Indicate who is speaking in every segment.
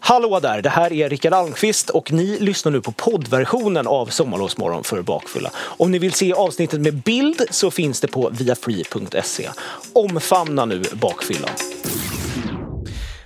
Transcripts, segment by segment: Speaker 1: Hallå där, det här är Rickard Almqvist och ni lyssnar nu på poddversionen av Sommarlovsmorgon för bakfulla. Om ni vill se avsnittet med bild så finns det på viafree.se. Omfamna nu bakfyllan.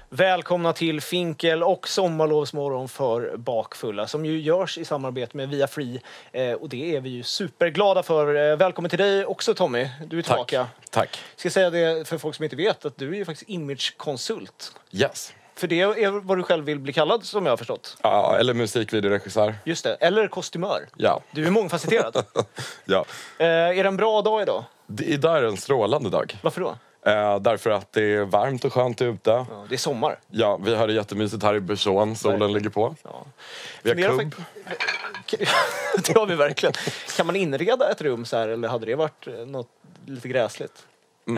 Speaker 1: Välkomna till Finkel och Sommarlovsmorgon för bakfulla som ju görs i samarbete med Via Free eh, och det är vi ju superglada för. Eh, Välkommen till dig också Tommy, du är
Speaker 2: Tack.
Speaker 1: tillbaka.
Speaker 2: Tack.
Speaker 1: Ska säga det för folk som inte vet att du är ju faktiskt imagekonsult.
Speaker 2: Yes.
Speaker 1: För det är vad du själv vill bli kallad som jag har förstått.
Speaker 2: Ja, eller musikvideoregissör.
Speaker 1: Just det, eller kostymör.
Speaker 2: Ja.
Speaker 1: Du är mångfacetterad.
Speaker 2: ja.
Speaker 1: eh, är det en bra dag idag?
Speaker 2: Det- Idag är det en strålande dag.
Speaker 1: Varför då?
Speaker 2: Eh, därför att det är varmt och skönt ute.
Speaker 1: Ja, det är sommar.
Speaker 2: Ja, vi har det jättemysigt här i Bersån. Solen
Speaker 1: Nej.
Speaker 2: ligger på.
Speaker 1: Ja.
Speaker 2: Vi
Speaker 1: Funderar
Speaker 2: har kubb.
Speaker 1: fakt- det har vi verkligen. Kan man inreda ett rum så här eller hade det varit eh, något lite gräsligt?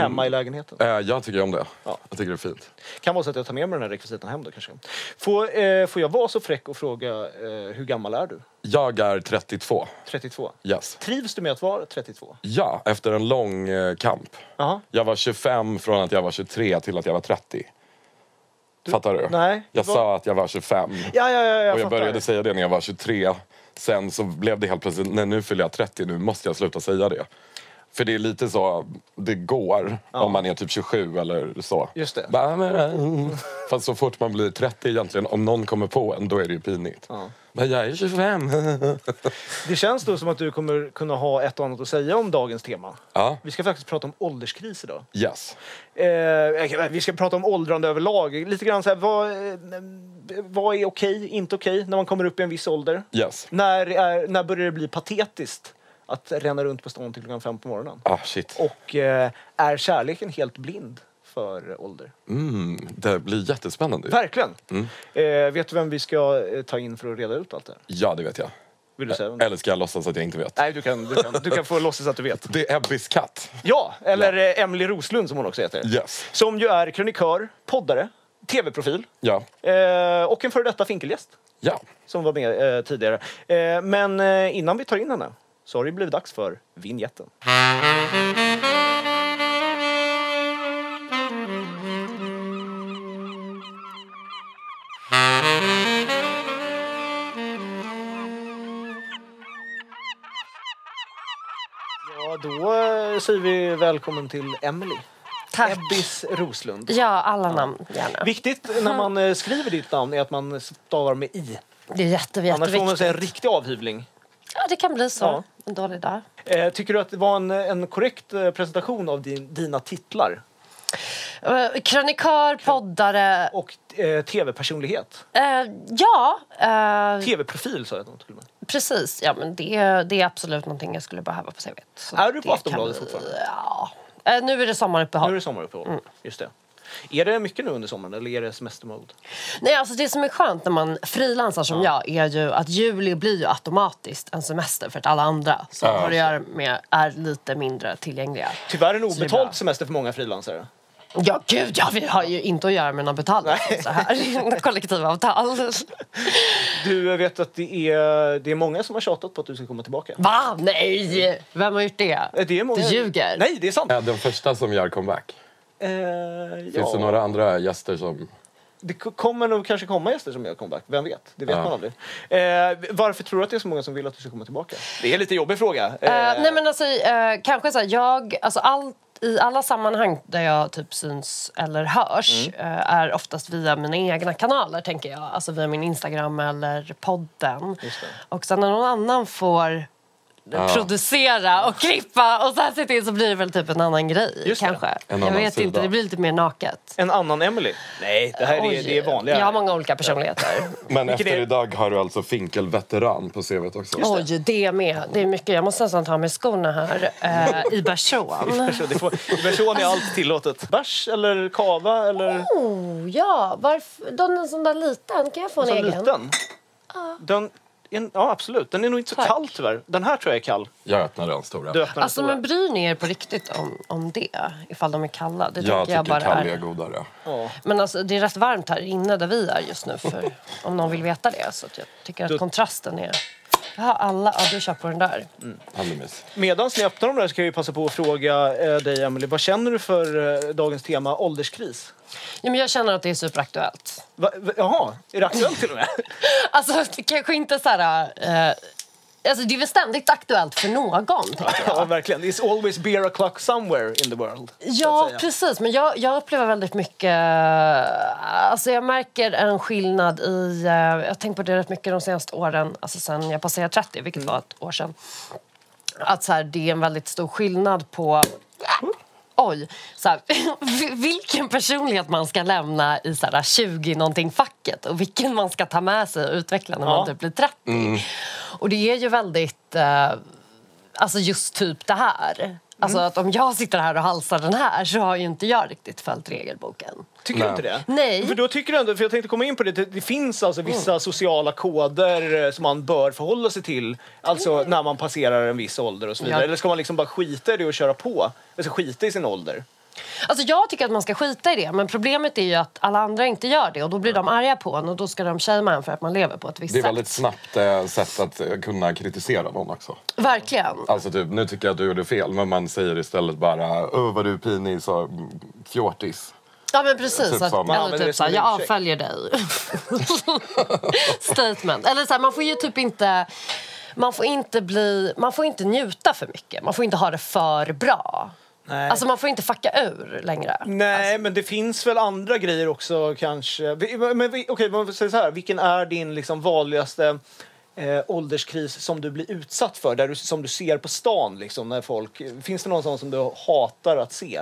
Speaker 1: Hemma i lägenheten.
Speaker 2: Eh, jag tycker om det.
Speaker 1: Ja.
Speaker 2: Jag tycker det är fint.
Speaker 1: Kan vara så att jag tar med mig den här rekvisitan hem då kanske. Får, eh, får jag vara så fräck och fråga eh, hur gammal är du?
Speaker 2: Jag är 32.
Speaker 1: 32?
Speaker 2: Yes.
Speaker 1: Trivs du med att vara 32?
Speaker 2: Ja, efter en lång eh, kamp.
Speaker 1: Jaha.
Speaker 2: Jag var 25 från att jag var 23 till att jag var 30. Fattar du?
Speaker 1: Nej,
Speaker 2: Jag
Speaker 1: det var-
Speaker 2: sa att jag var 25.
Speaker 1: Ja, ja, ja, jag,
Speaker 2: Och jag
Speaker 1: fattar.
Speaker 2: började säga det när jag var 23. Sen så blev det helt plötsligt, nej nu fyller jag 30, nu måste jag sluta säga det. För det är lite så det går om man är typ 27 eller så.
Speaker 1: Just det.
Speaker 2: Bara, men, äh, Fast så fort man blir 30 egentligen, om någon kommer på en, då är det ju pinigt.
Speaker 1: Ja.
Speaker 2: Men jag är 25!
Speaker 1: Det känns då som att du kommer kunna ha ett och annat att säga om dagens tema.
Speaker 2: ja,
Speaker 1: Vi ska faktiskt prata om ålderskris idag.
Speaker 2: yes.
Speaker 1: Eh, vi ska prata om åldrande överlag. Lite grann så här, vad, eh, vad är okej, inte okej, när man kommer upp i en viss ålder?
Speaker 2: Yes.
Speaker 1: När, är, när börjar det bli patetiskt att ränna runt på stan till klockan fem på morgonen?
Speaker 2: Ah, shit.
Speaker 1: Och eh, är kärleken helt blind för ålder?
Speaker 2: Mm, det blir jättespännande.
Speaker 1: Verkligen! Eh, vet du vem vi ska eh, ta in för att reda ut allt det här?
Speaker 2: Ja, det vet jag.
Speaker 1: Vill du säga vem? det är?
Speaker 2: Eller ska jag låtsas att jag inte vet?
Speaker 1: Nej, du kan, du, kan, du kan få låtsas att du vet.
Speaker 2: Det är Ebbes katt.
Speaker 1: Ja, eller ja. Emily Roslund som hon också heter.
Speaker 2: Yes.
Speaker 1: Som ju är krönikör, poddare, tv-profil
Speaker 2: Ja.
Speaker 1: eh, och en före detta finkelgäst
Speaker 2: Ja.
Speaker 1: som var med eh, tidigare. Eh, men eh, innan vi tar in henne så har det blivit dags för vignetten. Ja, Då eh, säger vi välkommen till Emily.
Speaker 3: Tack.
Speaker 1: Ebbis Roslund.
Speaker 3: Ja, alla namn gärna.
Speaker 1: Viktigt när man eh, skriver ditt namn är att man stavar med i.
Speaker 3: Det är jätte,
Speaker 1: Annars får man
Speaker 3: jätteviktigt.
Speaker 1: säga en riktig avhyvling.
Speaker 3: Ja, det kan bli så.
Speaker 1: Ja.
Speaker 3: En dålig dag.
Speaker 1: Eh, tycker du att det var en, en korrekt eh, presentation av din, dina titlar
Speaker 3: Eh, Krönikör, poddare.
Speaker 1: och eh, tv-personlighet?
Speaker 3: Eh, ja, eh,
Speaker 1: Tv-profil sa jag nog till och med.
Speaker 3: precis. Ja, men det, det är absolut någonting jag skulle behöva på cvt. Så
Speaker 1: Är du
Speaker 3: det
Speaker 1: på Aftonbladet
Speaker 3: kan vi-
Speaker 1: fortfarande?
Speaker 3: Ja. Eh, nu är det sommaruppehåll.
Speaker 1: Nu är det sommaruppehåll.
Speaker 3: Mm.
Speaker 1: Just det. Är det mycket nu under sommaren eller är det semestermode?
Speaker 3: Nej, alltså det som är skönt när man frilansar som jag är ju att juli blir ju automatiskt en semester för att alla andra som
Speaker 2: Ja.
Speaker 3: har att göra med är lite mindre tillgängliga.
Speaker 1: Tyvärr en
Speaker 3: det är bra.
Speaker 1: obetald semester för många frilansare.
Speaker 3: Ja, gud ja, vi har ju inte att göra med några betalda så här. Kollektivavtal.
Speaker 1: Du eh, vet att det är, det är många som har tjatat på att du ska komma tillbaka.
Speaker 3: Va? Nej! Vem har gjort det?
Speaker 1: Eh, Det är många...
Speaker 3: Du ljuger.
Speaker 1: Nej, det är sant.
Speaker 2: Ja, Den första som gör comeback.
Speaker 1: Eh,
Speaker 2: Finns
Speaker 1: ja.
Speaker 2: det några andra gäster som...
Speaker 1: Det k- kommer nog kanske komma gäster som gör comeback. Vem vet? Det vet
Speaker 2: Ja.
Speaker 1: man aldrig. Eh, varför tror du att det är så många som vill att du ska komma tillbaka? Det är en lite jobbig fråga.
Speaker 3: Eh,
Speaker 1: Eh,
Speaker 3: nej men alltså, eh, kanske så här, jag, alltså allt, i alla sammanhang där jag typ syns eller hörs
Speaker 1: Mm.
Speaker 3: eh, är oftast via mina egna kanaler tänker jag. Alltså via min Instagram eller podden.
Speaker 1: Just det.
Speaker 3: Och sen när någon annan får
Speaker 2: Ja.
Speaker 3: producera och klippa och så här se till så blir det väl typ en annan grej
Speaker 1: Just det.
Speaker 3: kanske.
Speaker 2: En
Speaker 3: jag
Speaker 2: annan
Speaker 3: vet inte,
Speaker 2: sida.
Speaker 3: det blir lite mer naket.
Speaker 1: Eh, En annan Emily? Nej, det här är,
Speaker 3: Oj,
Speaker 1: det är vanligare.
Speaker 3: Jag har många olika personligheter.
Speaker 2: Men
Speaker 1: Vilken
Speaker 2: efter
Speaker 1: är-
Speaker 2: idag har du alltså finkelveteran på CVt också.
Speaker 1: Just det.
Speaker 3: Oj, det med. Det är mycket. Jag måste nästan ta med skorna här eh, i person.
Speaker 1: Person- det får- Person är allt tillåtet. Bärs eller kava eller
Speaker 3: Oh, ja, varför? Då en sån där liten. Kan jag få en,
Speaker 1: så
Speaker 3: egen?
Speaker 1: Alltså, liten? Den, en, ja, absolut. Den är nog inte så
Speaker 3: Tack.
Speaker 1: kall tyvärr. Den här tror jag är kall.
Speaker 2: Jag öppnar den stora.
Speaker 1: Du öppnar den
Speaker 3: Alltså,
Speaker 1: stora.
Speaker 3: men bryr ni er på riktigt om, om det? Ifall de är kalla? Det
Speaker 1: typ,
Speaker 2: jag
Speaker 3: tycker jag
Speaker 2: tycker
Speaker 3: bara
Speaker 2: Kalle är
Speaker 3: är.
Speaker 2: godare.
Speaker 1: ja.
Speaker 3: Men alltså, det är rätt varmt här inne där vi är just nu. För, om någon vill veta det. Så att jag tycker att kontrasten är... Jaha, alla. Ja, du kör på den där.
Speaker 2: Hallemys.
Speaker 1: Medan ni öppnar dem där så kan jag ju passa på att fråga eh, dig, Emily. Vad känner du för eh, dagens tema ålderskris?
Speaker 3: Ja, men jag känner att det är superaktuellt.
Speaker 1: Va, va, jaha, är det aktuellt till och med?
Speaker 3: Alltså, det kanske inte så här... Eh, alltså, det är väl ständigt aktuellt för någon, tänker jag.
Speaker 1: ja, verkligen. It's always beer o'clock somewhere in the world. så att
Speaker 3: Ja,
Speaker 1: säga.
Speaker 3: precis. Men jag, jag upplever väldigt mycket... Alltså jag märker en skillnad i... eh, Jag har tänkt på det rätt mycket de senaste åren, alltså sen jag passerade 30, vilket
Speaker 1: Mm.
Speaker 3: var ett år sedan. Att så här, det är en väldigt stor skillnad på... Oj! Så här, vilken personlighet man ska lämna i så här 20 någonting facket och vilken man ska ta med sig och utveckla när
Speaker 1: Ja.
Speaker 3: man typ blir 30.
Speaker 2: Mm.
Speaker 3: Och det är ju väldigt... eh, Alltså just typ det här. Alltså
Speaker 2: Mm.
Speaker 3: att om jag sitter här och halsar den här så har ju inte jag riktigt följt regelboken.
Speaker 1: Tycker du
Speaker 2: Nej.
Speaker 1: inte det?
Speaker 3: Nej.
Speaker 1: För då tycker du ändå, för jag tänkte komma in på det, det, det finns alltså vissa sociala koder eh, som man bör förhålla sig till, alltså när man passerar en viss ålder och så vidare.
Speaker 3: Ja.
Speaker 1: Eller ska man liksom bara skita i det och köra på? Alltså skita i sin ålder?
Speaker 3: Alltså jag tycker att man ska skita i det men problemet är ju att alla andra inte gör det och då blir de arga på en och då ska de shamea en för att man lever på ett visst
Speaker 2: Det är
Speaker 3: sätt.
Speaker 2: väldigt snabbt eh, sätt att eh, kunna kritisera någon också.
Speaker 3: Verkligen.
Speaker 2: Alltså typ, nu tycker jag att du gjorde fel, men man säger istället bara Åh vad du är pinig, så mm, fjortis.
Speaker 3: Ja men precis.
Speaker 2: Typ
Speaker 3: att,
Speaker 2: som-
Speaker 1: Ja, men
Speaker 3: eller
Speaker 1: det är
Speaker 3: typ
Speaker 1: som
Speaker 3: såhär,
Speaker 1: en
Speaker 3: jag
Speaker 1: ursäkt.
Speaker 3: avföljer dig. Statement. Eller såhär, man får ju typ inte... Man får inte bli... Man får inte njuta för mycket. Man får inte ha det för bra.
Speaker 1: Nej.
Speaker 3: Alltså man får inte fucka ur längre.
Speaker 1: Nej, men det finns väl andra grejer också kanske. Vi- Men vi- okej, okay, säger så här. Vilken är din liksom vanligaste eh, ålderskris som du blir utsatt för? Där du, som du ser på stan liksom när folk... Finns det någon sån som du hatar att se?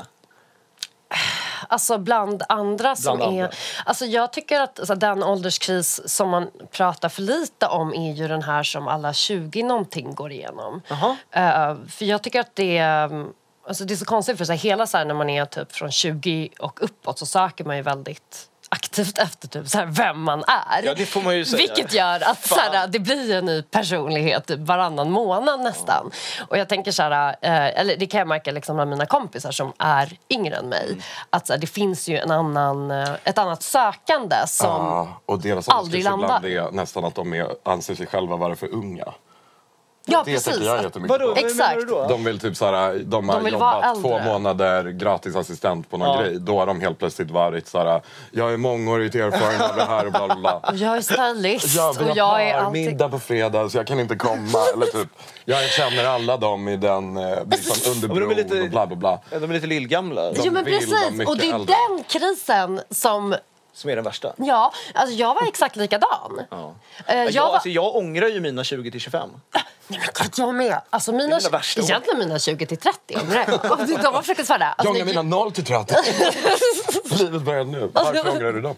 Speaker 3: Alltså bland andra som
Speaker 1: Bland
Speaker 3: är...
Speaker 1: andra.
Speaker 3: Alltså jag tycker att alltså, den ålderskris som man pratar för lite om är ju den här som alla 20 någonting går igenom.
Speaker 1: Jaha.
Speaker 3: Eh, för jag tycker att det är... Alltså det är så konstigt för så här, hela så här, när man är typ från 20 och uppåt så söker man ju väldigt aktivt efter typ så här, vem man är.
Speaker 1: Ja, det får man ju säga.
Speaker 3: Vilket gör att så
Speaker 1: Fan.
Speaker 3: här, det blir en ny personlighet typ varannan månad nästan. Och jag tänker så här, eh, eller det kan jag märka liksom bland mina kompisar som är yngre än
Speaker 2: Mm.
Speaker 3: mig. Att så här, det finns ju en annan, eh, ett annat sökande som...
Speaker 2: Ja, och deras
Speaker 3: aldrig
Speaker 2: åsikt ibland
Speaker 3: landar.
Speaker 2: är nästan att de är, anser sig själva vara för unga.
Speaker 3: ja,
Speaker 2: det
Speaker 3: precis.
Speaker 2: tänker jag
Speaker 3: Att-
Speaker 2: jättemycket
Speaker 1: Vadå,
Speaker 2: på.
Speaker 1: vad menar du
Speaker 3: Exakt.
Speaker 1: då?
Speaker 2: De vill typ såhär, de har
Speaker 3: De vill vara
Speaker 2: jobbat
Speaker 3: äldre.
Speaker 2: två månader gratis assistent på någon
Speaker 1: Ja.
Speaker 2: grej. Då har de helt plötsligt varit såhär, jag är mångårigt erfaren av det här och bla bla bla.
Speaker 3: Och jag är stylist
Speaker 2: vill
Speaker 3: och jag är
Speaker 2: ha
Speaker 3: allting.
Speaker 2: middag på fredag så jag kan inte komma. Eller typ, jag känner alla dem i den eh, liksom under
Speaker 1: men de är
Speaker 2: bron
Speaker 1: lite-
Speaker 2: och bla bla bla.
Speaker 3: Alltså,
Speaker 1: Ja, De är lite lillgamla,
Speaker 2: De
Speaker 1: de,
Speaker 3: Jo men
Speaker 2: vill vara
Speaker 3: precis,
Speaker 2: mycket
Speaker 3: och det är
Speaker 2: äldre.
Speaker 3: den krisen som...
Speaker 1: som är den värsta.
Speaker 3: Ja, alltså jag var exakt likadan.
Speaker 1: Ja.
Speaker 3: Eh,
Speaker 1: Jag,
Speaker 3: jag var-
Speaker 1: alltså, jag ångrar ju mina 20 till 25.
Speaker 3: Nej, men gud, jag med. Alltså mina,
Speaker 1: mina värsta år.
Speaker 3: egentligen mina 20 till 30 ångrar jag. Och De var fruktansvärda. Alltså,
Speaker 2: Jag ångrar
Speaker 3: ni-
Speaker 2: mina noll till 30. Livet börjar nu.
Speaker 3: Alltså-
Speaker 2: Varför ångrar du dem?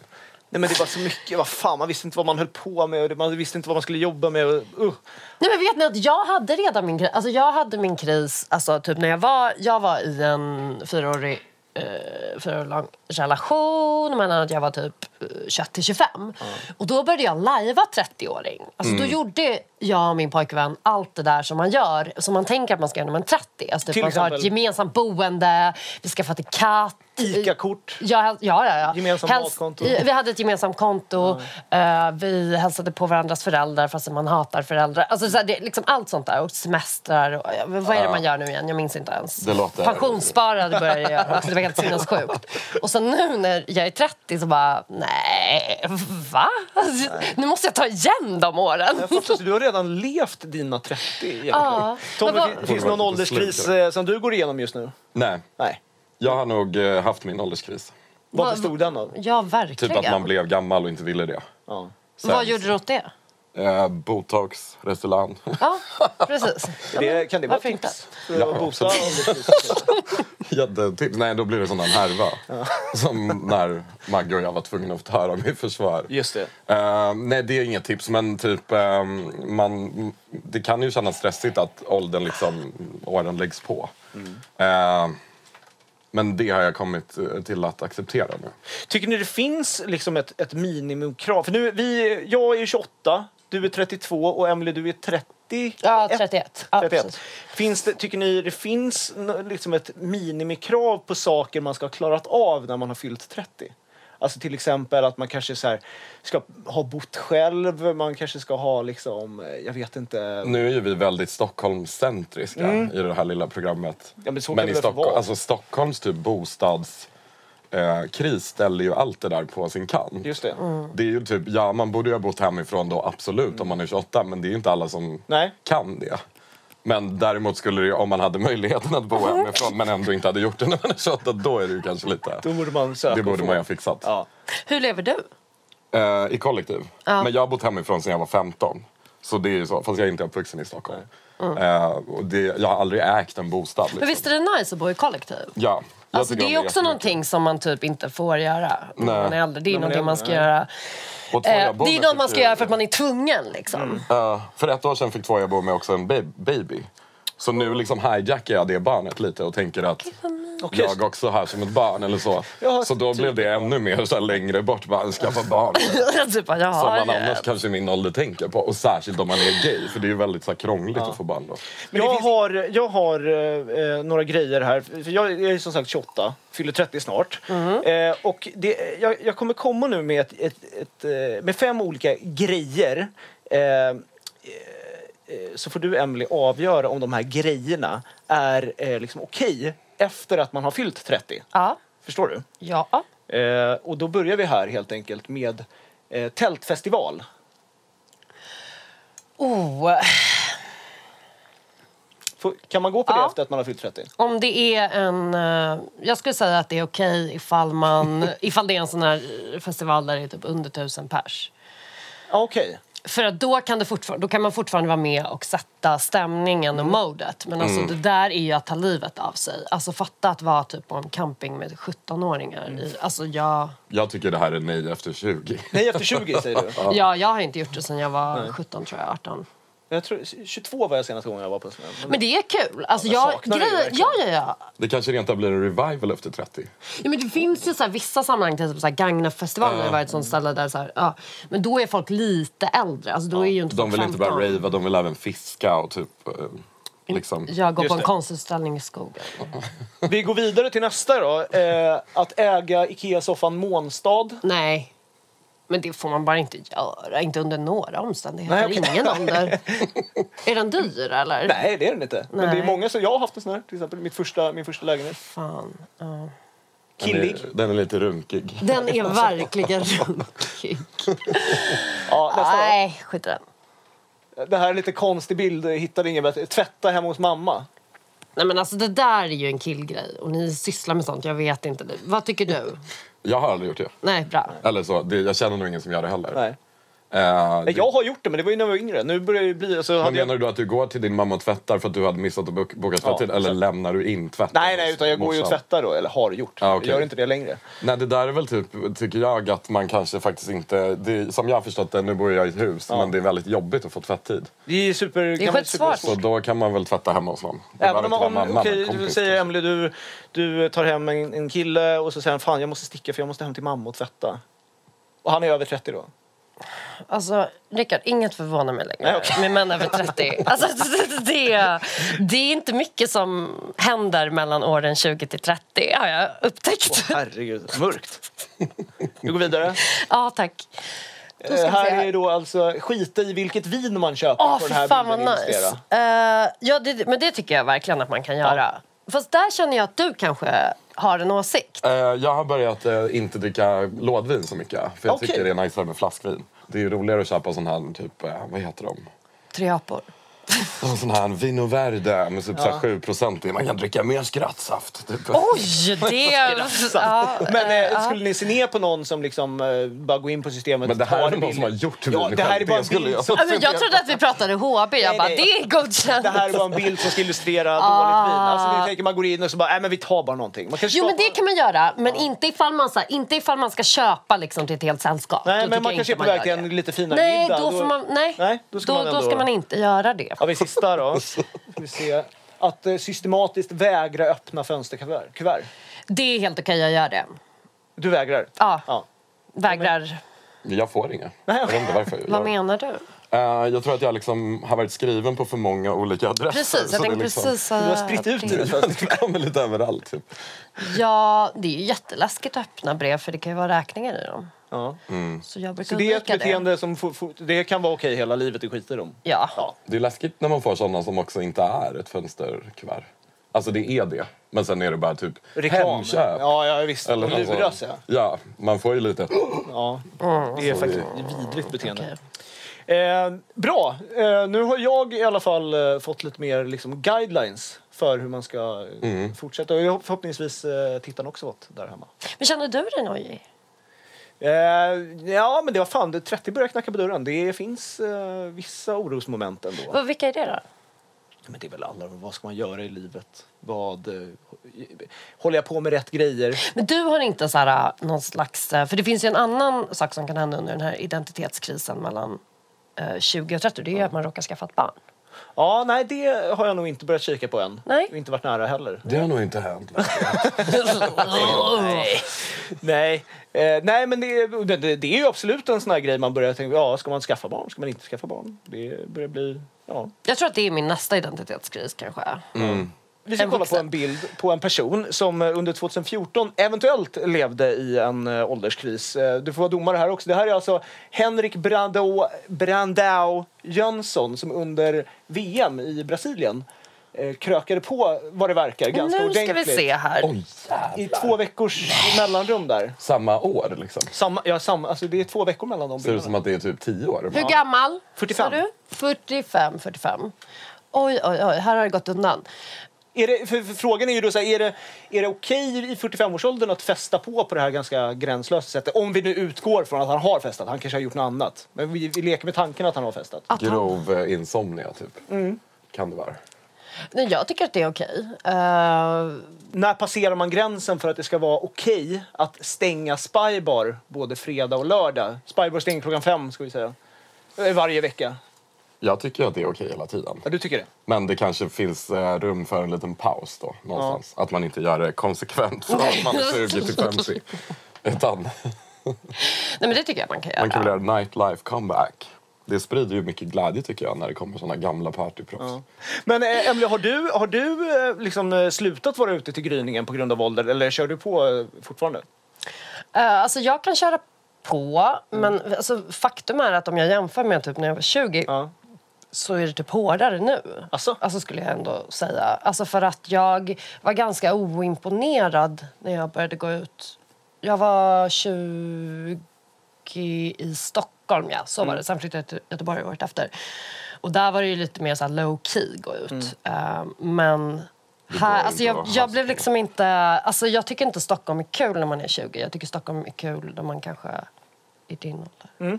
Speaker 1: Nej, men det var så mycket, vad fan, man visste inte vad man höll på med och det- man visste inte vad man skulle jobba med. och- Uh.
Speaker 3: Nej, men vet ni att jag hade redan min kris. Alltså, jag hade min kris alltså, typ när jag var, jag var i en fyraårig eh, fyra år lång relation, men att jag var typ eh, 21 till 25. Och då började jag lajva 30-åring. Alltså,
Speaker 1: Mm.
Speaker 3: Då gjorde jag och min pojkvän allt det där som man gör, som man tänker att man ska göra när man är 30. Alltså,
Speaker 1: Till
Speaker 3: typ, man ska ha ett
Speaker 1: exempel?
Speaker 3: gemensamt boende, vi skaffade katt.
Speaker 1: Ica-kort.
Speaker 3: Ja, häl- ja, ja, ja.
Speaker 1: Gemensamt
Speaker 3: Häls-
Speaker 1: matkonto.
Speaker 3: i- Vi hade ett gemensamt konto. eh, vi hälsade på varandras föräldrar fastän man hatar föräldrar. Alltså, så här, det, liksom allt sånt där. Och semestrar. Och, ja, men vad är det
Speaker 2: Ja.
Speaker 3: man gör nu igen? Jag minns inte ens.
Speaker 2: Det låter-
Speaker 3: Pensionssparade började jag göra också. Det var helt sinnessjukt. Och sen nu när jag är 30 så bara, nej, va? Alltså, nu måste jag ta igen de åren.
Speaker 1: Jag fattar, så Eh, du har redan levt dina 30 egentligen.
Speaker 3: Ja.
Speaker 1: Tommy,
Speaker 3: Men vad-
Speaker 1: fin- finns det någon ålderskris eh, som du går igenom just nu?
Speaker 2: Nej,
Speaker 1: Nej.
Speaker 2: jag har nog eh, haft min ålderskris.
Speaker 1: Vad
Speaker 3: Vad-
Speaker 1: bestod den av?
Speaker 3: Ja,
Speaker 2: Typ
Speaker 3: verkligen.
Speaker 2: att man blev gammal och inte ville det.
Speaker 1: Ja.
Speaker 2: Sen-
Speaker 3: Vad gjorde du åt det?
Speaker 2: Eh, botox, restaurang.
Speaker 3: Ja, precis.
Speaker 1: Det, kan det vara
Speaker 3: varför
Speaker 1: tips? För
Speaker 2: Ja,
Speaker 1: att bota
Speaker 2: absolut.
Speaker 1: ålderskrisen?
Speaker 2: Jättetips. Nej, då blir det sån här härva. Som när Magge och jag var tvungna att höra mitt försvar.
Speaker 1: Just det.
Speaker 2: Eh, nej, det är inget tips, men typ, eh, man, det kan ju kännas stressigt att åldern liksom, åren läggs på.
Speaker 1: Mm.
Speaker 2: Eh, men det har jag kommit eh, till att acceptera nu.
Speaker 1: Tycker ni det finns liksom ett, ett minimikrav? För nu, vi, jag är ju 28, du är 32 och Emily du är 30.
Speaker 3: Ja, 31. Ja,
Speaker 1: 31.
Speaker 3: precis.
Speaker 1: Finns det, tycker ni det finns n- liksom ett minimikrav på saker man ska ha klarat av när man har fyllt 30? Alltså till exempel att man kanske så här, ska ha bott själv, man kanske ska ha liksom, eh, jag vet inte.
Speaker 2: Nu är ju vi väldigt Stockholmscentriska i det här lilla programmet.
Speaker 1: Mm. Ja, men så kan
Speaker 2: men
Speaker 1: det
Speaker 2: i
Speaker 1: väl få
Speaker 2: Stockholm,
Speaker 1: vara.
Speaker 2: alltså Stockholms typ bostadskris eh, kris ställer ju allt det där på sin kant.
Speaker 1: Just det.
Speaker 3: Mm.
Speaker 2: Det är ju typ, ja man borde ju ha bott hemifrån då absolut om man är 28 men det är ju inte alla som
Speaker 1: Nej.
Speaker 2: kan det. Men däremot skulle det ju, om man hade möjligheten att bo hemifrån men ändå inte hade gjort det när man är 28 då är det ju kanske lite...
Speaker 1: Då borde man söka
Speaker 2: Det
Speaker 1: och
Speaker 2: borde
Speaker 1: få.
Speaker 2: man ju ha fixat.
Speaker 1: Ja.
Speaker 3: Hur lever du?
Speaker 2: Eh, I kollektiv. Men jag har bott hemifrån sedan jag var 15. Så det är ju så, fast jag är inte uppvuxen i Stockholm. Eh, och det, jag har aldrig ägt en bostad. Liksom.
Speaker 3: Mm. Men visst är det nice att bo i kollektiv?
Speaker 2: Ja. jag
Speaker 3: Alltså,
Speaker 2: tycker om
Speaker 3: det är också
Speaker 2: jättemycket.
Speaker 3: någonting som man typ inte får göra när
Speaker 2: Nej.
Speaker 3: man är äldre. Det är
Speaker 1: När man är
Speaker 3: någonting man
Speaker 1: äldre,
Speaker 3: ska
Speaker 1: nej.
Speaker 3: göra.
Speaker 2: Och två
Speaker 3: Eh,
Speaker 2: jag bor
Speaker 3: det är
Speaker 2: med typ-
Speaker 3: något man
Speaker 2: fick
Speaker 3: ska
Speaker 2: ju-
Speaker 3: göra för att man är tvungen liksom.
Speaker 2: Eh, för ett år sedan fick två jag bo med också en ba- baby. Så nu liksom hijackar jag det barnet lite och tänker att
Speaker 1: Och just,
Speaker 2: jag också här som ett barn eller så.
Speaker 1: Ja,
Speaker 2: så då blev det ännu mer så här längre bort, bara skaffa barn.
Speaker 3: typ bara, jag
Speaker 2: Mm. Som
Speaker 3: har
Speaker 2: man
Speaker 3: det.
Speaker 2: annars kanske i min ålder tänker på. Och särskilt om man är gay, för det är ju väldigt så här krångligt att få barn då.
Speaker 1: jag, har, jag har eh, eh, några grejer här. För jag är ju som sagt 28, fyller 30 snart. Eh, och det, jag, jag kommer komma nu med, ett, ett, ett, eh, med fem olika grejer. Eh, eh, eh, så får du, Emily avgöra om de här grejerna är eh, liksom okej efter att man har fyllt 30.
Speaker 3: Ja.
Speaker 1: Förstår du?
Speaker 3: ja.
Speaker 1: Eh, och då börjar vi här helt enkelt med eh, tältfestival.
Speaker 3: Oh.
Speaker 1: Får, kan man gå på det
Speaker 3: Ja.
Speaker 1: efter att man har fyllt 30?
Speaker 3: Om det är en... eh, Jag skulle säga att det är okej ifall, man, ifall det är en sån här festival där det är typ under tusen pers.
Speaker 1: Ja, Okej.
Speaker 3: För att då kan, det fortfar- då kan man fortfarande vara med och sätta stämningen och
Speaker 1: Mm.
Speaker 3: modet. Men alltså det där är ju att ta livet av sig. Alltså fatta att vara typ på en camping med 17-åringar.
Speaker 1: Mm.
Speaker 3: i- Alltså jag,
Speaker 2: Jag tycker det här är nej efter 20.
Speaker 1: Nej, efter 20 säger du.
Speaker 3: ja. jag har inte gjort det sedan jag var 17 tror jag, 18.
Speaker 1: Jag tror, 22 var jag senaste gången jag var på en sån här.
Speaker 3: Men det är kul. Alltså
Speaker 1: Ja, men
Speaker 3: jag,
Speaker 1: saknar det ju
Speaker 3: grejen, ja,
Speaker 1: verkligen.
Speaker 3: ja, ja.
Speaker 2: Det kanske rent av blir en revival efter 30.
Speaker 3: Ja, men det finns ju så här, vissa sammanhang, till exempel så här Gagnefestivalen har ju varit ett sånt ställe där så här, ja, men då är folk lite äldre. Alltså, då är ju inte
Speaker 2: De
Speaker 3: folk
Speaker 2: vill inte bara
Speaker 3: 15.
Speaker 2: rava, de vill även fiska och typ... eh, Liksom.
Speaker 3: Jag går
Speaker 1: Just
Speaker 3: på en
Speaker 1: det.
Speaker 3: konstutställning i skogen.
Speaker 1: Vi går vidare till nästa då. Eh, att äga Ikea-soffan Månstad.
Speaker 3: Nej. Men det får man bara inte göra. Inte under några omständigheter.
Speaker 1: Nej, okej.
Speaker 3: Ingen ålder. är den dyr eller?
Speaker 1: Nej, det är den inte. Men det är
Speaker 3: Nej.
Speaker 1: många som jag har haft en sån här, till exempel mitt första, min första lägenhet.
Speaker 3: Fan. ja.
Speaker 1: Killig.
Speaker 2: Den är, den är lite runkig.
Speaker 3: Den är verkligen runkig.
Speaker 1: Ja, nästa då.
Speaker 3: Nej, skit i den.
Speaker 1: Det här är lite konstig bild, jag hittade inget bättre. Tvätta hemma hos mamma.
Speaker 3: Nej men alltså det där är ju en killgrej och ni sysslar med sånt, jag vet inte. Det- Vad tycker du?
Speaker 2: Jag har aldrig gjort det.
Speaker 3: Nej, bra.
Speaker 2: Eller så, det, jag känner nog ingen som gör det heller.
Speaker 1: Nej.
Speaker 2: Eh,
Speaker 1: Nej,
Speaker 2: det,
Speaker 1: Jag har gjort det, men det var ju när jag var yngre. Nu börjar det ju bli... Alltså,
Speaker 2: vad
Speaker 1: hade jag...
Speaker 2: menar du då? Att du går till din mamma och tvättar för att du hade missat att bok- boka tvättid? eller lämnar du in tvätten?
Speaker 1: Nej, nej,
Speaker 2: hos
Speaker 1: utan jag går ju och
Speaker 2: morsan?
Speaker 1: tvättar då, eller har gjort.
Speaker 2: Ja, Ah, okej.
Speaker 1: Jag gör inte det längre.
Speaker 2: Nej, det där är väl typ, tycker jag, att man kanske faktiskt inte... Det, som jag har förstått det, nu bor jag i ett hus, men det är väldigt jobbigt att få tvättid.
Speaker 1: Det är super... Det
Speaker 3: skitsvårt.
Speaker 2: Så då kan man väl tvätta hemma hos någon. Det
Speaker 1: Även
Speaker 2: behöver
Speaker 1: om,
Speaker 2: inte vara
Speaker 1: om
Speaker 2: mamma,
Speaker 1: okej,
Speaker 2: men
Speaker 1: du
Speaker 2: kompis liksom.
Speaker 1: säger
Speaker 2: kanske.
Speaker 1: Emily, du, du tar hem en, en kille och så säger han fan jag måste sticka för jag måste hem till mamma och tvätta. Och han är över 30 då.
Speaker 3: Alltså, Rickard, inget förvånar mig längre
Speaker 1: Nej, okej.
Speaker 3: med män över 30. Alltså, det- det, det är inte mycket som händer mellan åren 20 till 30 har jag upptäckt.
Speaker 1: Herregud, mörkt. Vi går vidare.
Speaker 3: Ja, tack. Då ska
Speaker 1: Eh,
Speaker 3: vi se
Speaker 1: här
Speaker 3: här.
Speaker 1: är då alltså skita i vilket vin man köper
Speaker 3: Åh,
Speaker 1: på
Speaker 3: fy
Speaker 1: den här
Speaker 3: fan vad
Speaker 1: bilden
Speaker 3: nice.
Speaker 1: illustrera.
Speaker 3: Eh, ja, det, men det tycker jag verkligen att man kan göra. Fast där känner jag att du kanske har en åsikt.
Speaker 2: Eh, jag har börjat eh, inte dricka lådvin så mycket. För jag
Speaker 1: Okej.
Speaker 2: tycker det är najsare med flaskvin. Det är ju roligare att köpa sån här, typ, eh, vad heter de?
Speaker 3: Tre apor.
Speaker 2: Ja, Sån här Vino Verde med typ så här 7 procent i. Man kan dricka mer skrattsaft. Typ.
Speaker 3: Oj, det... ja,
Speaker 1: Men eh, skulle ni se ner på någon som liksom eh, bara går in på systemet
Speaker 2: Men det här
Speaker 1: tar
Speaker 2: är
Speaker 1: en
Speaker 2: någon
Speaker 1: bild?
Speaker 2: som har gjort vin
Speaker 1: Ja, det här är
Speaker 2: själv.
Speaker 1: bara en
Speaker 2: Det skulle
Speaker 1: bild
Speaker 2: jag-
Speaker 1: som,
Speaker 3: Ja, men jag trodde att vi pratade HB. Jag
Speaker 1: Nej,
Speaker 3: bara,
Speaker 1: nej.
Speaker 3: det är godkänt.
Speaker 1: det här är bara en bild som ska illustrera dåligt vin. Alltså, ni tänker man går in och så bara, nej men vi tar bara någonting. Man kan
Speaker 3: Jo men
Speaker 1: skapa-
Speaker 3: det kan man göra, men inte, ifall man, så här, inte ifall man ska köpa liksom, till ett helt sällskap. Då
Speaker 1: Nej,
Speaker 3: tycker
Speaker 1: men man
Speaker 3: jag
Speaker 1: kanske är
Speaker 3: inte
Speaker 1: på
Speaker 3: gör
Speaker 1: väg till en
Speaker 3: det.
Speaker 1: lite finare
Speaker 3: Nej,
Speaker 1: middag.
Speaker 3: då får man, nej.
Speaker 1: nej då ska man ändå...
Speaker 3: ska man inte göra det.
Speaker 1: Har vi sista då? Ska vi se. Att eh, systematiskt vägra öppna fönsterkuvert. Kuvert.
Speaker 3: Det är helt okej, jag gör det.
Speaker 1: Du vägrar?
Speaker 3: Ja.
Speaker 1: ja.
Speaker 3: Vägrar
Speaker 2: Jag får inga.
Speaker 1: Nej,
Speaker 2: Jag
Speaker 1: okej.
Speaker 2: vet inte varför.
Speaker 3: Vad menar du?
Speaker 2: Eh, jag tror att jag liksom har varit skriven på för många olika adresser.
Speaker 3: Precis, jag
Speaker 2: så det är
Speaker 3: tänkte
Speaker 2: liksom-
Speaker 3: precis eh, säga...
Speaker 1: Du har spritt ut
Speaker 3: det.
Speaker 1: det.
Speaker 2: det kommer lite överallt. Typ.
Speaker 3: Ja, det är ju jätteläskigt att öppna brev för det kan ju vara räkningar i dem.
Speaker 1: Ja.
Speaker 3: Så jag brukar
Speaker 1: Mm. Så det är ett
Speaker 3: undvika
Speaker 1: beteende som får- får- det kan vara okej hela livet, det skiter de.
Speaker 3: Ja.
Speaker 2: Det är läskigt när man får sådana som också inte är ett fönsterkuvert. Alltså det är det, men sen är det bara typ
Speaker 1: Reklam.
Speaker 2: Hemköp.
Speaker 1: Ja, ja visst. Eller
Speaker 2: alltså-
Speaker 1: luras ja.
Speaker 2: Ja, man får ju lite...
Speaker 1: ja. Det är faktiskt ett vidrigt beteende.
Speaker 3: Mm. Okej.
Speaker 1: Eh, bra! Eh, nu har jag i alla fall eh, fått lite mer liksom, guidelines för hur man ska eh, fortsätta. Och jag har förhoppningsvis eh, tittarna också fått där hemma.
Speaker 3: Men känner du dig nojig?
Speaker 1: Eh, ja, men det var fan. det- 30 börjar knacka på dörren. Det finns eh, vissa orosmoment ändå.
Speaker 3: Vad- Vilka är det då?
Speaker 1: Men det är väl alla. Vad ska man göra i livet? Vad... Eh, håller jag på med rätt grejer?
Speaker 3: Men du har inte så här, äh, någon slags... äh, För det finns ju en annan sak som kan hända under den här identitetskrisen mellan äh, 20 och 30. Det är ju att man råkar skaffa ett barn.
Speaker 1: Ja, nej, det har jag nog inte börjat kika på än.
Speaker 3: Nej.
Speaker 1: Och Inte varit nära heller.
Speaker 2: Det har nog inte hänt.
Speaker 3: Nej.
Speaker 1: Nej, eh, nej men det, det- det, det är ju absolut en sån här grej man börjar tänka, ja ska man skaffa barn, ska man inte skaffa barn? Det börjar bli, ja.
Speaker 3: jag tror att det är min nästa identitetskris
Speaker 1: Mm.
Speaker 3: kanske.
Speaker 1: Vi ska
Speaker 3: En
Speaker 1: kolla på
Speaker 3: vuxen.
Speaker 1: en bild på en person som eh, under 2014 eventuellt levde i en eh, ålderskris. Eh, Du får vara domare här också. Det här är alltså Henrik Brandau, Brandau Jönsson som under VM i Brasilien eh, krökade på vad det verkar ganska
Speaker 3: Nu ska vi
Speaker 1: ordentligt.
Speaker 3: se här.
Speaker 2: Oj, jävlar.
Speaker 1: I två veckors mellanrum där.
Speaker 2: Samma år liksom.
Speaker 1: Samma, ja, samma, alltså det är två veckor mellan de
Speaker 2: Ser ut
Speaker 1: bilderna.
Speaker 2: som att det är typ tio år.
Speaker 3: Hur gammal?
Speaker 1: 45.
Speaker 3: sa Du? 45, 45. Oj, oj, oj, här har det gått undan.
Speaker 1: Är det, för, för frågan är ju då så här, är det, är det okej i 45-årsåldern att festa på på det här ganska gränslösa sättet? Om vi nu utgår från att han har festat, han kanske har gjort något annat. Men vi, vi leker med tanken att han har festat.
Speaker 3: Att han-
Speaker 2: Grov eh, insomnia typ. Kan det vara.
Speaker 3: Nej, jag tycker att det är okej. Eh,
Speaker 1: När passerar man gränsen för att det ska vara okej att stänga Spybar både fredag och lördag? Spybar stänger klockan fem, ska vi säga. Eh, Varje vecka.
Speaker 2: Jag tycker att det är okej hela tiden.
Speaker 1: Ja, du tycker det?
Speaker 2: Men det kanske finns eh, rum för en liten paus då någonstans. Att man inte gör det konsekvent från att man är 20 till 50. Utan
Speaker 3: nej, men det tycker jag man kan göra.
Speaker 2: man kan väl göra nightlife comeback. Det sprider ju mycket glädje tycker jag när det kommer såna gamla partyproffs.
Speaker 1: Men eh, Emelie, har du, har du eh, liksom, eh, slutat vara ute till gryningen på grund av ålder eller kör du på eh, fortfarande?
Speaker 3: Eh, alltså jag kan köra på,
Speaker 2: Mm.
Speaker 3: men alltså, faktum är att om jag jämför med typ när jag var 20
Speaker 1: Ja.
Speaker 3: så är det typ hårdare nu.
Speaker 1: Asså?
Speaker 3: Alltså skulle jag ändå säga. Alltså för att jag var ganska oimponerad när jag började gå ut. Jag var 20 i Stockholm, ja. Så
Speaker 1: Mm.
Speaker 3: var det. Sen flyttade jag till Göteborg året efter. Och där var det ju lite mer så här low key gå ut.
Speaker 1: Mm.
Speaker 3: Eh, men
Speaker 2: var
Speaker 3: här, alltså
Speaker 2: inte
Speaker 3: jag,
Speaker 2: vad
Speaker 3: jag
Speaker 2: han
Speaker 3: blev liksom inte... Alltså jag tycker inte Stockholm är kul när man är 20. Jag tycker Stockholm är kul när man kanske är din ålder.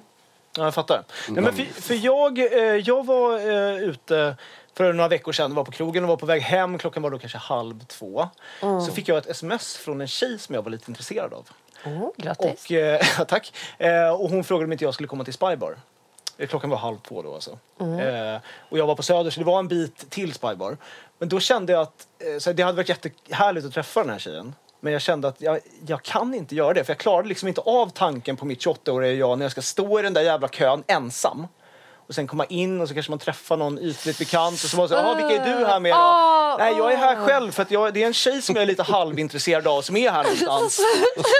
Speaker 1: Ja, jag fattar. Nej, men för, för jag, eh, jag var eh, ute för några veckor sedan, var på krogen och var på väg hem. Klockan var då kanske halv två. Så fick jag ett sms från en tjej som jag var lite intresserad av.
Speaker 3: Oh, grattis.
Speaker 1: Och, eh, tack. Eh, och hon frågade om inte jag skulle komma till Spybar. Eh, Klockan var halv två då alltså. Eh, och jag var på Söder så det var en bit till Spybar. Men då kände jag att eh, så här, det hade varit jättehärligt att träffa den här tjejen. Men jag kände att jag, jag kan inte göra det. För jag klarade liksom inte av tanken på mitt 28-åriga jag när jag ska stå i den där jävla kön ensam. Och sen komma in och så kanske man träffar någon ytligt bekant och så var det så här, "Jaha, vilka är du här med då?
Speaker 3: Ah,
Speaker 1: Nej, jag är här själv för att jag, det är en tjej som jag är lite halvintresserad av som är här någonstans.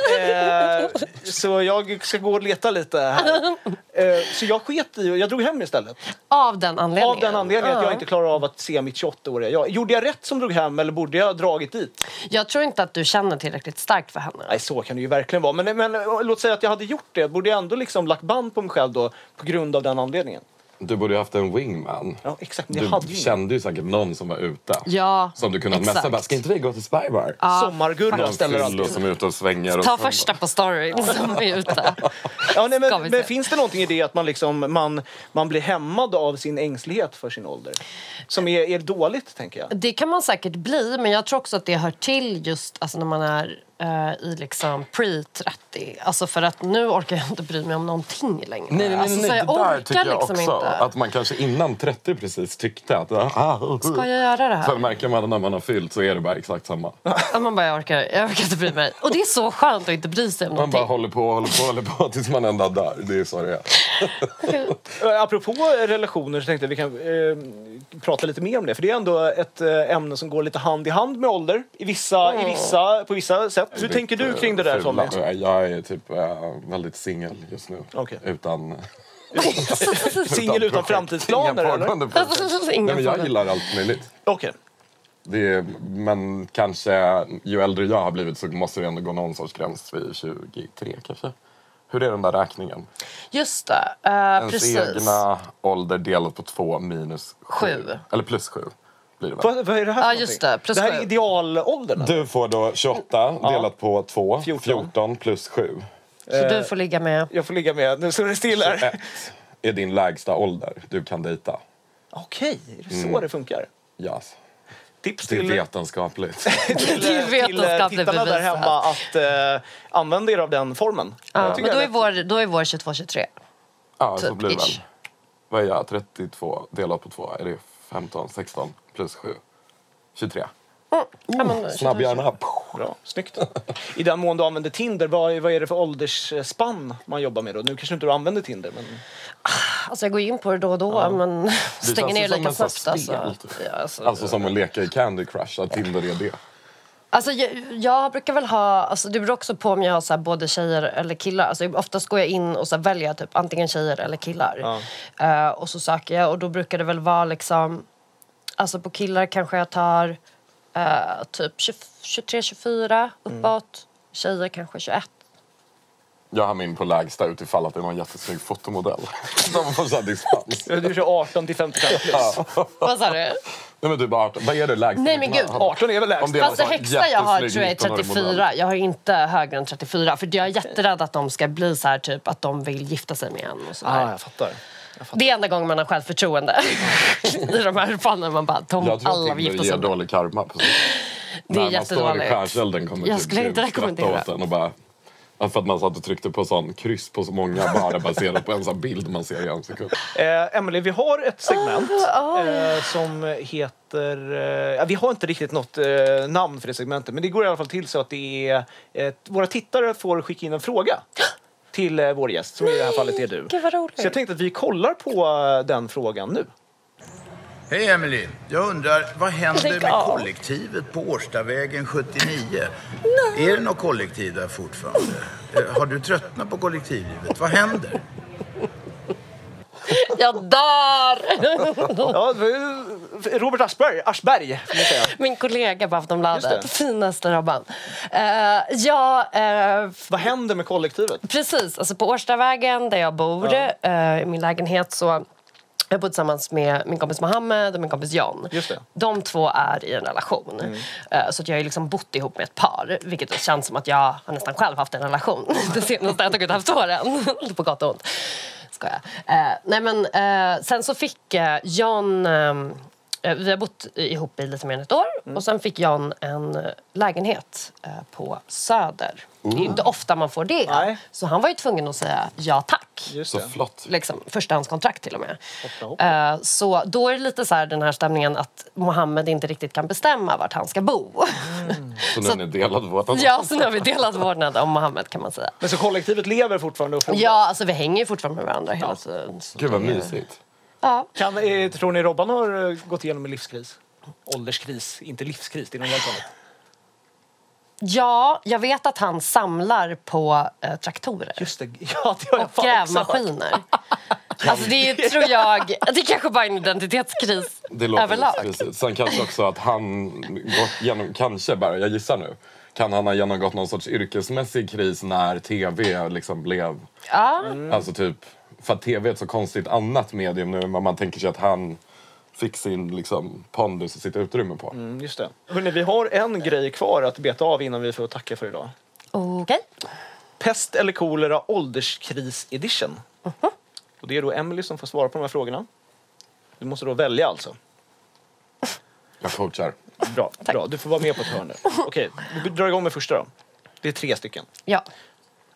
Speaker 1: Eh, så jag ska gå och leta lite här. Eh, så jag sket i och jag drog hem istället.
Speaker 3: Av den anledningen?
Speaker 1: Av den anledningen att jag
Speaker 3: Ja.
Speaker 1: inte klarar av att se mitt 28-åriga jag. Gjorde jag rätt som drog hem eller borde jag ha dragit dit?
Speaker 3: Jag tror inte att du känner tillräckligt starkt för henne.
Speaker 1: Nej, så kan det ju verkligen vara. Men, men eh, låt säga att jag hade gjort det. Borde jag ändå liksom lagt band på mig själv då på grund av den anledningen?
Speaker 2: Du borde ju haft en wingman.
Speaker 1: Ja, exakt. Men jag hade
Speaker 2: Du
Speaker 1: ju ingen.
Speaker 2: kände ju säkert någon som var ute.
Speaker 3: Ja,
Speaker 2: Som du kunde
Speaker 3: exakt.
Speaker 2: messa bara, ska inte vi gå till Spybar?
Speaker 1: Sommargurra
Speaker 2: Någon
Speaker 1: ställer
Speaker 2: fyllo
Speaker 1: alltid.
Speaker 2: som är ute och svänger. Och
Speaker 3: Ta
Speaker 2: sen
Speaker 3: första på storyn som är ute.
Speaker 1: Ja, nej,
Speaker 3: Ska
Speaker 1: men,
Speaker 3: vi
Speaker 1: men
Speaker 3: se.
Speaker 1: finns det någonting i det att man, liksom, man, man blir hämmad av sin ängslighet för sin ålder? Som är, är dåligt, tänker jag.
Speaker 3: Det kan man säkert bli, men jag tror också att det hör till just alltså, när man är eh, i liksom pre-30. Alltså för att nu orkar jag inte bry mig om någonting längre.
Speaker 2: Nej, nej, nej,
Speaker 3: alltså,
Speaker 2: nej,
Speaker 3: så
Speaker 2: nej.
Speaker 3: jag
Speaker 2: det där
Speaker 3: orkar
Speaker 2: tycker jag
Speaker 3: liksom
Speaker 2: också.
Speaker 3: inte.
Speaker 2: Att man kanske innan 30 precis tyckte att... Ah,
Speaker 3: Ska jag göra det här?
Speaker 2: Sen märker man när man har fyllt så är det bara exakt samma.
Speaker 3: Att man bara, jag orkar, jag orkar inte bry mig. Och det är så skönt att inte bry sig om
Speaker 2: Man
Speaker 3: någonting.
Speaker 2: bara håller på, håller på, håller på tills man ändå dör. Det är så det är.
Speaker 3: Okej.
Speaker 1: Eh, Apropå relationer så tänkte jag vi kan eh, prata lite mer om det. För det är ändå ett eh, ämne som går lite hand i hand med ålder i vissa, i vissa, på vissa sätt. Hur tänker du kring det där Tommy?
Speaker 2: Fula. Jag är typ eh, väldigt singel just nu.
Speaker 1: Okej.
Speaker 2: Utan...
Speaker 1: Singel utan
Speaker 2: projekt.
Speaker 1: framtidsplaner eller?
Speaker 2: Inga
Speaker 1: Okej.
Speaker 2: pågående projekt.
Speaker 3: Inga
Speaker 2: Nej, men jag
Speaker 3: frågor.
Speaker 2: gillar allt möjligt. Det är, men kanske ju äldre jag har blivit så måste det ändå gå någon sorts gräns vid 23 kanske. Hur är den där räkningen?
Speaker 3: Just det, eh,
Speaker 2: Ens
Speaker 3: precis.
Speaker 2: egna ålder delat på två minus sju.
Speaker 3: Sju.
Speaker 2: Eller plus sju blir det väl?
Speaker 1: Vad, vad är det här för
Speaker 3: Ja,
Speaker 1: någonting?
Speaker 3: just det. Plus
Speaker 1: det här är
Speaker 3: sju.
Speaker 1: idealåldern? eller?
Speaker 2: Du får då 28 delat på 2,
Speaker 1: 14.
Speaker 2: 14, plus 7.
Speaker 3: Så du får ligga med.
Speaker 2: Eh,
Speaker 1: Jag får ligga med. Nu står det still här.
Speaker 2: 1 är din lägsta ålder du kan dejta.
Speaker 1: Okej, är det så det funkar?
Speaker 2: Yes.
Speaker 1: Tips
Speaker 2: Mm. Det är
Speaker 1: till,
Speaker 2: vetenskapligt.
Speaker 3: Typ,
Speaker 1: till,
Speaker 3: Det är
Speaker 1: till eh, tittarna
Speaker 3: vetenskapligt
Speaker 1: där
Speaker 3: bevisat.
Speaker 1: hemma att eh, använda er av den formen.
Speaker 3: Ja,
Speaker 1: Jag tycker
Speaker 3: men då
Speaker 1: det
Speaker 3: är, vår, då är vår 22, 23.
Speaker 2: ja, så
Speaker 3: Typ,
Speaker 2: blir det
Speaker 3: ish.
Speaker 2: väl. Vad är jag? 32 delat på 2, är det 15, 16 plus 7? 23.
Speaker 3: Ja, men,
Speaker 2: Snabb
Speaker 3: 22,
Speaker 2: hjärna.
Speaker 1: Bra, snyggt. I den mån du använder Tinder, vad är, vad är det för åldersspann man jobbar med då? Nu kanske inte du använder Tinder, men...
Speaker 3: Alltså jag går in på det då och då men stänger
Speaker 2: känns ju
Speaker 3: ner
Speaker 2: som
Speaker 3: lika
Speaker 2: en sån
Speaker 3: snabbt.
Speaker 2: spel,
Speaker 3: Alltså.
Speaker 2: typ.
Speaker 3: Ja, alltså. Alltså.
Speaker 2: Alltså som att leka i Candy Crush, att Tinder är det.
Speaker 3: Alltså, jag, jag brukar väl ha, alltså det beror också på om jag har så här, både tjejer eller killar. Alltså, oftast går jag in och så här, väljer typ antingen tjejer eller killar. Eh, och så söker jag och då brukar det väl vara liksom, alltså på killar kanske jag tar eh, typ 23-24
Speaker 2: Mm.
Speaker 3: uppåt. Tjejer kanske 21.
Speaker 2: Jag har min på lägsta utifall att det är någon jättesnygg fotomodell. De får sån dispens.
Speaker 1: Du kör 18 till 55 plus.
Speaker 3: Vad sa du?
Speaker 2: Nej men du bara 18. Vad är det lägsta?
Speaker 3: Nej, men gud,
Speaker 1: 18 är väl
Speaker 2: Om
Speaker 1: lägst?
Speaker 2: det-
Speaker 3: Fast det
Speaker 2: var
Speaker 3: högsta jag har
Speaker 2: jättesnygg
Speaker 3: tror jag är
Speaker 2: 19-årig modell.
Speaker 3: 34. Jag har inte högre än 34. För jag är jätterädd att de ska bli så här typ att de vill gifta sig med en och sådär.
Speaker 1: Ah, jag fattar.
Speaker 3: Det är enda gången man har självförtroende i de här fallen. Man bara, de
Speaker 2: Jag tror
Speaker 3: alla
Speaker 2: att
Speaker 3: vill
Speaker 2: Tinder
Speaker 3: gifta
Speaker 2: ger
Speaker 3: sig. med-
Speaker 2: dålig karma. På När
Speaker 3: Det är
Speaker 2: man står i
Speaker 3: jättedåligt.
Speaker 2: skärselden kommer
Speaker 3: Jag
Speaker 2: typ
Speaker 3: skulle inte
Speaker 2: Gud skratta
Speaker 3: rekommendera.
Speaker 2: åt en Och bara, Ja, för att man satt och tryckte på sån kryss på så många bara baserat på en sån bild man ser i en sekund.
Speaker 1: Eh, Emily, vi har ett segment eh, som heter... Eh, ja, vi har inte riktigt något eh, namn för det segmentet, men det går i alla fall till så att det är... Eh, våra tittare får skicka in en fråga till eh, vår gäst, som i det här fallet är du.
Speaker 3: Gud vad roligt.
Speaker 1: Så jag tänkte att vi kollar på eh, den frågan nu.
Speaker 4: Hej Emily. Jag undrar, vad händer
Speaker 3: Lägg
Speaker 4: med
Speaker 3: av.
Speaker 4: kollektivet på Årstavägen 79? Är det något kollektiv där fortfarande? Eh, Har du tröttnat på kollektivlivet? Vad händer?
Speaker 3: Jag dör!
Speaker 1: Ja, det var ju- eh, Robert Aschberg, Aschberg får man säga.
Speaker 3: Min kollega på
Speaker 1: Just det.
Speaker 3: Aftonbladet. Finaste Robban. Eh, ja, eh,
Speaker 1: Vad händer med kollektivet?
Speaker 3: Precis, alltså på Årstavägen där jag bor, eh, i min lägenhet, så jag bor tillsammans med min kompis Mohammed och min kompis John.
Speaker 1: Just det. Mm.
Speaker 3: De två är i en relation. Eh, Så att jag har ju liksom bott ihop med ett par, vilket känns som att jag har nästan själv haft en relation det senaste ett och ett halvt åren. Lite på gott och ont. Skojar. Eh, nej men, eh, sen så fick eh, John... ehm, Eh, vi har bott ihop i lite mer än ett år
Speaker 1: Mm.
Speaker 3: och sen fick John en eh, lägenhet eh, på Söder. Det är inte ofta man får det.
Speaker 1: Ah. Nej.
Speaker 3: Så han var ju tvungen att säga ja tack.
Speaker 1: Just
Speaker 2: Så
Speaker 1: det.
Speaker 2: flott.
Speaker 3: Liksom, förstahandskontrakt till och med.
Speaker 1: Hoppa,
Speaker 3: Eh, så då är det lite så här den här stämningen att Mohammed inte riktigt kan bestämma vart han ska bo.
Speaker 2: Så nu är ni delad vårdnad.
Speaker 3: ja, så nu har vi delat vårdnad om Mohammed kan man säga.
Speaker 1: Men så kollektivet lever fortfarande? Och fortfarande.
Speaker 3: Ja, alltså vi hänger ju fortfarande med varandra hela tiden. Så
Speaker 2: Gud vad
Speaker 3: det är-
Speaker 2: mysigt.
Speaker 3: Ja.
Speaker 1: Kan, eh, tror ni Robban har eh, gått igenom en livskris? Ålderskris, inte livskris. Det är något helt annat.
Speaker 3: ja, jag vet att han samlar på eh, traktorer.
Speaker 1: Just det, ja, det har jag fan
Speaker 3: och
Speaker 1: också hört.
Speaker 3: grävmaskiner. Alltså det är, tror jag, det är kanske bara en identitetskris
Speaker 2: Det låter
Speaker 3: överlag.
Speaker 2: explicit. Sen kanske också att han gått genom, kanske bara, jag gissar nu, kan han ha genomgått någon sorts yrkesmässig kris när tv liksom blev,
Speaker 3: Ja.
Speaker 1: Mm.
Speaker 2: alltså typ, för att tv är ett så konstigt annat medium nu än vad man tänker sig att han fick sin liksom pondus och sitt utrymme på.
Speaker 1: Mm, just det. Hörrni, vi har en grej kvar att beta av innan vi får tacka för idag.
Speaker 3: Okej.
Speaker 1: Pest eller kolera ålderskris edition.
Speaker 3: Mhm.
Speaker 1: Och det är då Emily som får svara på de här frågorna. Du måste då välja alltså.
Speaker 2: Jag coachar.
Speaker 1: Bra, bra. du får vara med på ett hörn nu. Okej, vi drar igång med första då. Det är tre stycken.
Speaker 3: Ja.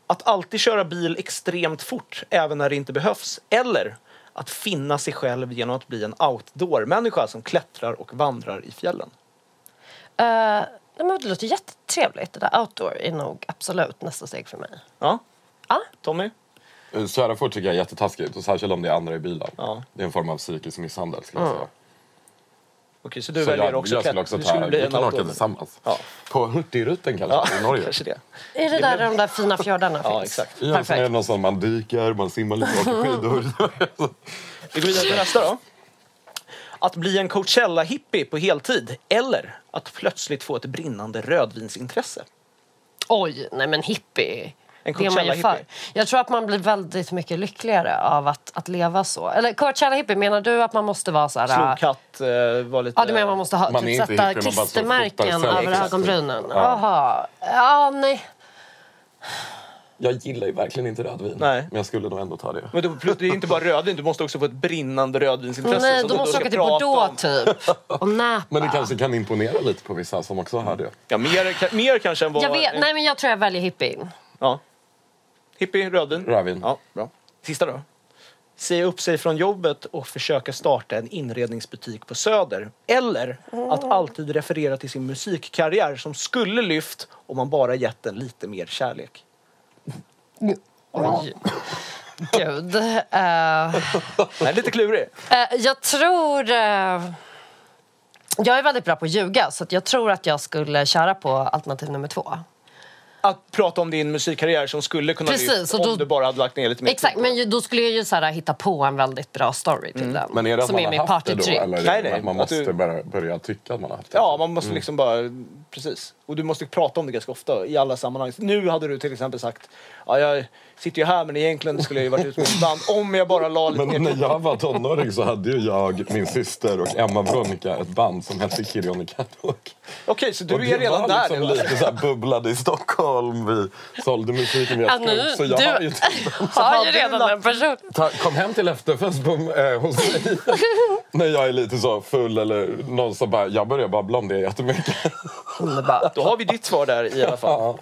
Speaker 1: Att alltid köra bil extremt fort, även när det inte behövs. Eller att finna sig själv genom att bli en outdoor-människa som klättrar och vandrar i fjällen.
Speaker 3: Eh, nej, men det låter jättetrevligt. Det där outdoor är nog absolut nästa steg för mig.
Speaker 1: Ja,
Speaker 3: Ja,
Speaker 1: Tommy?
Speaker 2: Eh, Köra fort tycker jag är jättetaskigt, och särskilt om det är andra i bilen.
Speaker 1: Ja.
Speaker 2: Det är en form av psykisk misshandel. Skulle jag säga.
Speaker 1: Okej, så du
Speaker 2: Så
Speaker 1: väljer
Speaker 2: jag,
Speaker 1: också
Speaker 2: jag
Speaker 1: klätt-
Speaker 2: skulle också
Speaker 1: du
Speaker 2: ta...
Speaker 1: skulle bli
Speaker 2: vi
Speaker 1: en
Speaker 2: kan åka
Speaker 1: outdoor.
Speaker 2: tillsammans.
Speaker 1: Ja.
Speaker 2: På Hurtigruten kanske,
Speaker 1: Ja,
Speaker 2: i Norge.
Speaker 1: kanske det.
Speaker 3: är det där de där fina fjordarna finns?
Speaker 1: Ja, exakt.
Speaker 2: I en sån är det
Speaker 3: Perfekt.
Speaker 2: någon sån man dyker, man simmar lite, åker skidor.
Speaker 1: Vi går vidare till nästa då. Att bli en Coachella-hippie på heltid eller att plötsligt få ett brinnande rödvinsintresse.
Speaker 3: Oj, nej men hippie.
Speaker 1: En
Speaker 3: det är man ju
Speaker 1: Coachella-hippie.
Speaker 3: för. Jag tror att man blir väldigt mycket lyckligare av att, att leva så. Eller Coachella-hippie, menar du att man måste vara så här...
Speaker 1: Slowcut eh, var lite...
Speaker 3: Ja, du menar man måste ha,
Speaker 2: Man är
Speaker 3: typ,
Speaker 2: inte
Speaker 3: sätta
Speaker 2: hippie, man bara så fotar
Speaker 3: klistermärken
Speaker 2: selfies.
Speaker 3: över
Speaker 2: Exakt.
Speaker 3: ögonbrynen?
Speaker 2: Ja.
Speaker 3: Jaha. Ja, nej.
Speaker 2: Jag gillar ju verkligen inte rödvin,
Speaker 1: Nej.
Speaker 2: men jag skulle nog ändå ta det.
Speaker 1: Men då, det är inte bara rödvin, du måste också få ett brinnande rödvinsintresse.
Speaker 3: Nej,
Speaker 1: som
Speaker 3: då
Speaker 1: du
Speaker 3: måste
Speaker 1: ska
Speaker 3: jag åka till
Speaker 1: prata
Speaker 3: Bordeaux
Speaker 1: om.
Speaker 3: typ. Och Napa.
Speaker 2: Men det kanske kan imponera lite på vissa som också har det.
Speaker 1: Ja, mer, ka- mer kanske än vad...
Speaker 3: Jag vet, nej men jag tror jag väljer hippie.
Speaker 1: Ja. Hippie, rödvin.
Speaker 2: Rödvin.
Speaker 1: Ja, bra. Sista då. Säga upp sig från jobbet och försöka starta en inredningsbutik på Söder. Eller att alltid referera till sin musikkarriär som skulle lyft om man bara gett den lite mer kärlek.
Speaker 3: Oj. Gud. Eh,
Speaker 1: Nej, lite klurig.
Speaker 3: eh, jag tror... eh, jag är väldigt bra på att ljuga så att jag tror att jag skulle köra på alternativ nummer två.
Speaker 1: Att prata om din musikkarriär som skulle kunna
Speaker 3: Precis,
Speaker 1: lyft
Speaker 3: och då-
Speaker 1: om du bara hade lagt ner lite mer
Speaker 3: Exakt,
Speaker 1: tid på
Speaker 3: men
Speaker 1: det.
Speaker 3: ju, då skulle jag ju så här, hitta på en väldigt bra story till den.
Speaker 2: Mm. Men är det att
Speaker 3: som
Speaker 2: man
Speaker 3: är
Speaker 2: har
Speaker 3: min
Speaker 2: haft det då?
Speaker 3: partytrick.
Speaker 2: Eller är det
Speaker 1: Nej, nej,
Speaker 2: att man
Speaker 1: att
Speaker 2: måste
Speaker 1: du-
Speaker 2: börja, börja tycka att man har haft det?
Speaker 1: Ja, man
Speaker 2: Mm.
Speaker 1: måste liksom bara... Precis. Och du måste prata om det ganska ofta i alla sammanhang. Nu hade du till exempel sagt ja, jag sitter ju här men egentligen skulle jag ju varit ute med mitt band om jag bara la lite mer
Speaker 2: Men
Speaker 1: tid
Speaker 2: när jag var tonåring så hade ju jag, min syster och Emma Veronica ett band som hette Kirjoni Kadok.
Speaker 1: Okej, så du
Speaker 2: Och det
Speaker 1: är redan
Speaker 2: var
Speaker 1: där
Speaker 2: liksom
Speaker 1: nu? alltså.
Speaker 2: lite så här bubblade i Stockholm. Vi sålde musiken via
Speaker 3: Ja, nu-
Speaker 2: Skype. Så jag
Speaker 3: du-
Speaker 2: har ju typ-
Speaker 3: Har
Speaker 1: hade
Speaker 3: ju
Speaker 1: du
Speaker 3: redan
Speaker 1: lagt-
Speaker 3: en person.
Speaker 2: ta, kom hem till efterfest på, eh, hos mig. när jag är lite så full eller någon som bara, jag börjar babbla om det jättemycket.
Speaker 3: Underbart.
Speaker 1: Då har vi ditt svar där i alla fall.
Speaker 2: Ja.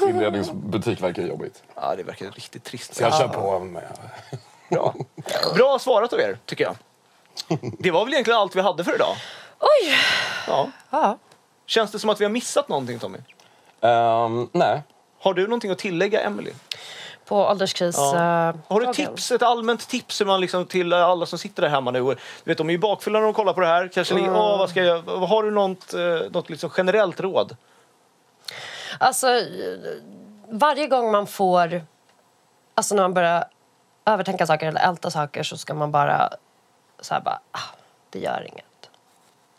Speaker 2: Inredningsbutik verkar jobbigt.
Speaker 1: Ja, det verkar riktigt trist.
Speaker 2: Så jag kör på med...
Speaker 1: Bra. Bra svarat av er, tycker jag. Det var väl egentligen allt vi hade för idag.
Speaker 3: Oj!
Speaker 1: Ja.
Speaker 3: Ja.
Speaker 1: Känns det som att vi har missat någonting, Tommy?
Speaker 2: Ehm, nej.
Speaker 1: Har du någonting att tillägga, Emily?
Speaker 3: På ålderskris...
Speaker 1: Ja.
Speaker 3: eh,
Speaker 1: Har du
Speaker 3: frågan.
Speaker 1: tips, ett allmänt tips hur man liksom till alla som sitter där hemma nu? Och, Du vet, de är ju bakfulla när de kollar på det här. Kanske ligger, "Åh, vad ska jag, har du något, eh, något liksom generellt råd?
Speaker 3: Alltså, eh, varje gång man får... Alltså när man börjar övertänka saker eller älta saker så ska man bara så här bara, ah, det gör inget.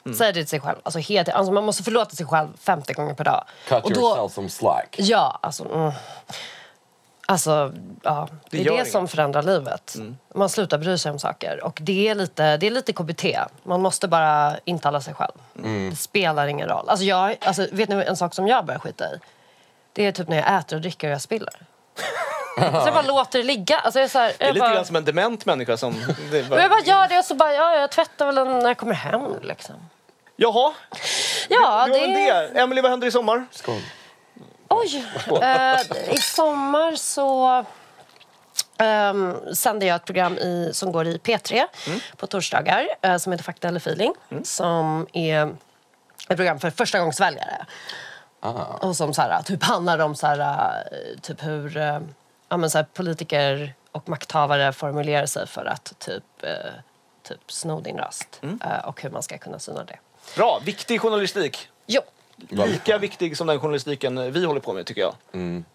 Speaker 2: Mm.
Speaker 3: Säg det till sig själv. Alltså, helt, alltså man måste förlåta sig själv 50 gånger per dag.
Speaker 2: Cut
Speaker 3: Och då-
Speaker 2: yourself some slack.
Speaker 3: Ja, alltså... Mm. Alltså, ja.
Speaker 1: Det
Speaker 3: Det, är
Speaker 1: gör
Speaker 3: det
Speaker 1: inget. Mm.
Speaker 3: som förändrar livet. Man slutar bry sig om saker. Och det är, lite, det är lite KBT. Man måste bara intala sig själv.
Speaker 1: Mm.
Speaker 3: Det spelar ingen roll. Alltså jag, alltså, vet ni en sak som jag börjar skita i? Det är typ när jag äter och dricker och jag spiller. så jag bara låter det ligga. Alltså jag är så här,
Speaker 1: Det är
Speaker 3: jag
Speaker 1: lite
Speaker 3: bara,
Speaker 1: grann som en dement människa som... Det är
Speaker 3: och
Speaker 1: bara-
Speaker 3: jag bara gör det och så bara, ja, jag tvättar väl den när jag kommer hem liksom.
Speaker 1: Jaha,
Speaker 3: Ja,
Speaker 1: det var väl det. Emily, vad händer i sommar?
Speaker 2: Skål.
Speaker 3: Oj! Eh, I sommar så um, sänder jag ett program i, som går i P3 på torsdagar eh, som heter Fakta eller feeling. Som är ett program för förstagångsväljare. Och som så här, typ handlar om så här, eh, typ hur eh, ja, men så här, politiker och makthavare formulerar sig för att typ, eh, typ sno din röst. Eh, och hur man ska kunna syna det.
Speaker 1: Bra, viktig journalistik.
Speaker 3: Jo,
Speaker 1: Lika viktig som den journalistiken vi håller på med tycker jag.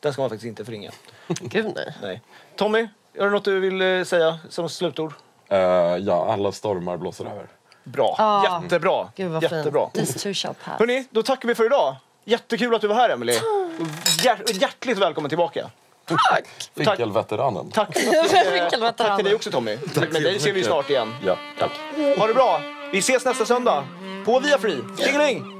Speaker 1: Den ska man faktiskt inte förringa.
Speaker 3: gud nej.
Speaker 1: Nej. Tommy, har du något du vill eh, säga som slutord?
Speaker 2: Eh, ja, alla stormar blåser över.
Speaker 1: Bra,
Speaker 3: Ja.
Speaker 1: jättebra.
Speaker 3: Gud vad
Speaker 1: jättebra.
Speaker 3: fint. These two shall pass.
Speaker 1: Hörni, då tackar vi för idag. Jättekul att du var här Emily. Hjär- Hjärtligt välkommen tillbaka.
Speaker 2: Fickelveteranen.
Speaker 1: Tack.
Speaker 3: Vilken
Speaker 1: Tack till
Speaker 3: veteran.
Speaker 1: dig också Tommy. Tack Men
Speaker 2: så
Speaker 1: dig ser vi ju
Speaker 2: mycket.
Speaker 1: snart igen.
Speaker 2: Ja, tack.
Speaker 1: Ha det bra. Vi ses nästa söndag på Via Free. Tingeling!